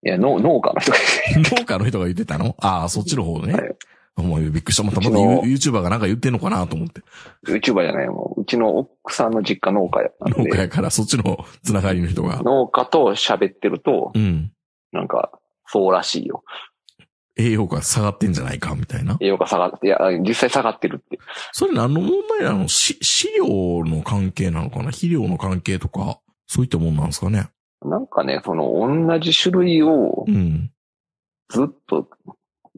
Speaker 3: いや、農農家の人が
Speaker 2: 農家の人が言ってたのああ、そっちの方ね。
Speaker 3: はい
Speaker 2: お前びっくりした。またま
Speaker 3: う
Speaker 2: た
Speaker 3: ちの
Speaker 2: YouTuber がなんか言ってんのかなと思って。
Speaker 3: YouTuber じゃないもう、うちの奥さんの実家農家やったん
Speaker 2: 農家
Speaker 3: で、
Speaker 2: やから、そっちのつながりの人が。
Speaker 3: 農家と喋ってると、
Speaker 2: うん。
Speaker 3: なんか、そうらしいよ。
Speaker 2: 栄養価下がってんじゃないか、みたいな。
Speaker 3: 栄養価下がって、いや、実際下がってるって。
Speaker 2: それ何の問題なのし、飼料の関係なのかな肥料の関係とか、そういったもんなんですかね。
Speaker 3: なんかね、その、同じ種類を
Speaker 2: うん。
Speaker 3: ずっと、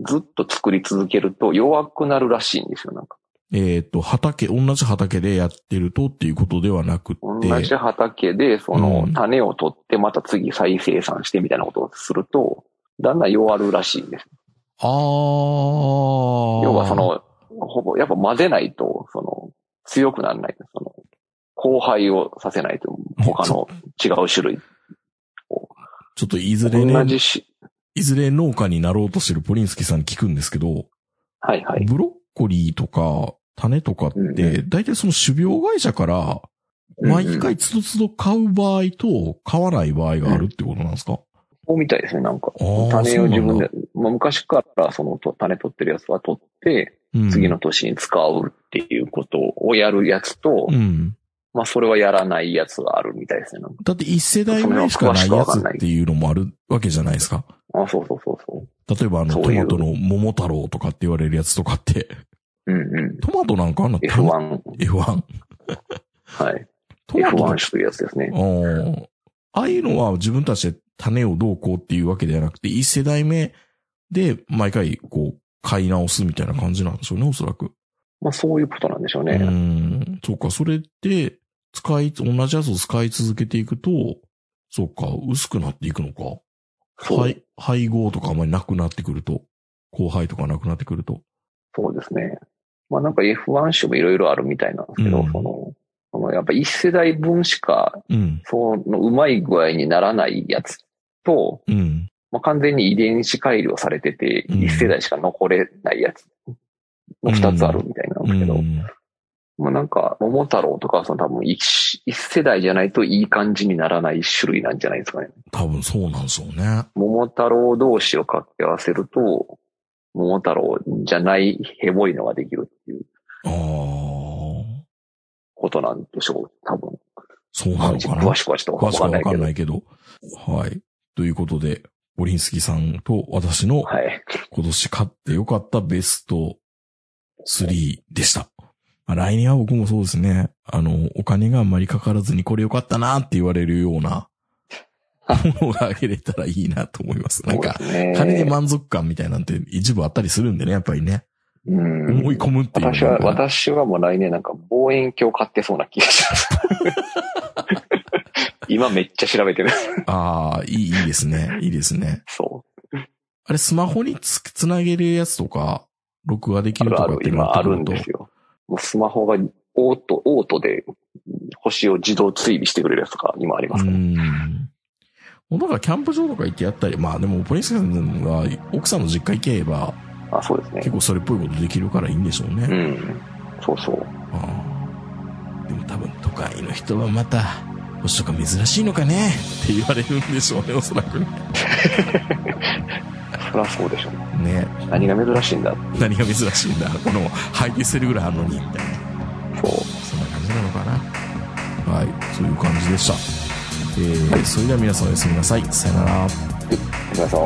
Speaker 3: ずっと作り続けると弱くなるらしいんですよ、なんか。
Speaker 2: えっ、と、畑、同じ畑でやってるとっていうことではなくて、
Speaker 3: 同じ畑で、その
Speaker 2: うん、
Speaker 3: 種を取って、また次再生産してみたいなことをすると、だんだん弱るらしいんです。
Speaker 2: あー。
Speaker 3: 要はそ、の、ほぼ、やっぱ混ぜないと、その、強くならない。その、交配をさせないと、他の違う種類。
Speaker 2: ちょっといずれ
Speaker 3: 同
Speaker 2: ね
Speaker 3: じ、し、
Speaker 2: いずれ農家になろうとしてるポリンスキーさんに聞くんですけど、
Speaker 3: はいはい。
Speaker 2: ブロッコリーとか、種とかっ
Speaker 3: うん
Speaker 2: て、
Speaker 3: う
Speaker 2: 大体その種苗会社から、毎
Speaker 3: うんうん
Speaker 2: 回つどつど買う場合と、買わない場合があるってことなんですか、
Speaker 3: そうみたいですね、なんか
Speaker 2: あー。
Speaker 3: 種を自分で
Speaker 2: そ、
Speaker 3: まあ、昔からそのと種取ってるやつは取って、
Speaker 2: うん、
Speaker 3: 次の年に使うっていうことをやるやつと、
Speaker 2: うん。
Speaker 3: まあそれはやらないやつがあるみたいですね。なんか
Speaker 2: だって一世代ぐらいしかないやつっていうのもあるわけじゃないですか。
Speaker 3: あ、そうそうそうそ
Speaker 2: 例えばあの、
Speaker 3: そ
Speaker 2: ト
Speaker 3: うい
Speaker 2: マ
Speaker 3: う
Speaker 2: トの桃太郎とかって言われるやつとかって、
Speaker 3: う。うんうん。
Speaker 2: トマトなんかあんな、
Speaker 3: F1。
Speaker 2: F1。
Speaker 3: はい。
Speaker 2: トマ
Speaker 3: F1
Speaker 2: ト
Speaker 3: 種というやつですね。
Speaker 2: うんああいうのは自分たちで種をどうこうっていうわけではなくて、一世代目で毎回こう、買い直すみたいな感じなんでしょうね、おそらく。
Speaker 3: まあそういうことなんでしょう
Speaker 2: う
Speaker 3: ね。
Speaker 2: ん。そうか、それで、使い、同じやつを使い続けていくと、そうか、薄くなっていくのか。
Speaker 3: そう
Speaker 2: 配、配合とかあまりなくなってくると、後輩とかなくなってくると。
Speaker 3: そうですね。まあなんか F1 種もいろいろあるみたいなんですけど、
Speaker 2: うん
Speaker 3: その、そのやっぱ一世代分しか、
Speaker 2: うん。
Speaker 3: そのうまい具合にならないやつと、
Speaker 2: うん。
Speaker 3: まあ、完全に遺伝子改良されてて、
Speaker 2: うん
Speaker 3: 一世代しか残れないやつの二つあるみたいなんで
Speaker 2: う
Speaker 3: すけど、
Speaker 2: ん。
Speaker 3: まあなんか、桃太郎とかはその多分一一世代じゃないといい感じにならない種類なんじゃないですかね。
Speaker 2: 多分そうなんでしょうね。
Speaker 3: 桃太郎同士を掛け合わせると、桃太郎じゃないヘボいのができるっていう
Speaker 2: ああ、
Speaker 3: ことなんでしょう、多分。
Speaker 2: そうなのかな。
Speaker 3: 詳しくはちょっと
Speaker 2: 詳
Speaker 3: わ
Speaker 2: しく
Speaker 3: か
Speaker 2: は
Speaker 3: んな
Speaker 2: わ
Speaker 3: い
Speaker 2: か
Speaker 3: け
Speaker 2: ん
Speaker 3: ど
Speaker 2: な。いけど。はい。ということで、ボリンスキーさんと私の
Speaker 3: はい。
Speaker 2: 今年買ってよかったベスト3でした。まあ、来年は僕もそうですね。あの、お金があんまりかからずにこれよかったなって言われるようなものがあげれたらいいなと思います。なんか、
Speaker 3: そうですね
Speaker 2: 金で満足感みたいなんて一部あったりするんでね、やっぱりね。
Speaker 3: うん
Speaker 2: 思い込むっていうのが。
Speaker 3: 私は、私はもう来年なんか望遠鏡買ってそうな気がし ます。今めっちゃ調べてる。
Speaker 2: ああ、いい、いいですね。いいですね。
Speaker 3: そ
Speaker 2: あれ、スマホにつ、つなげるやつとか、録画でき
Speaker 3: う。
Speaker 2: る
Speaker 3: あ
Speaker 2: と
Speaker 3: るあ
Speaker 2: かっ
Speaker 3: る、
Speaker 2: て
Speaker 3: 今
Speaker 2: な
Speaker 3: あ
Speaker 2: ってく
Speaker 3: るん
Speaker 2: ると
Speaker 3: ですよ。もうスマホがオート、オートで星を自動追尾してくれるやつとか今ありま
Speaker 2: う
Speaker 3: すから。
Speaker 2: ん。もうだからキャンプ場とか行ってやったり、まあでもポリスさんが奥さんの実家行けば
Speaker 3: あ、そうです
Speaker 2: 結
Speaker 3: ね。
Speaker 2: 構それっぽいことできるからいいんでしょう
Speaker 3: う
Speaker 2: ね。
Speaker 3: ん。そうそう。
Speaker 2: ああでも多分都会の人はまた、星とか珍しいのかねって言われるんでしょうね、おそらくね。
Speaker 3: そりゃそうでしょう。
Speaker 2: ね
Speaker 3: 何が珍しいんだ
Speaker 2: 何が珍しいんだこの配給してるぐらいあるのにみたいな
Speaker 3: そう。
Speaker 2: そんな感じなのかなはいそういう感じでしたえーそれでは皆さんおやすみなさいさよなら
Speaker 3: 皆さん、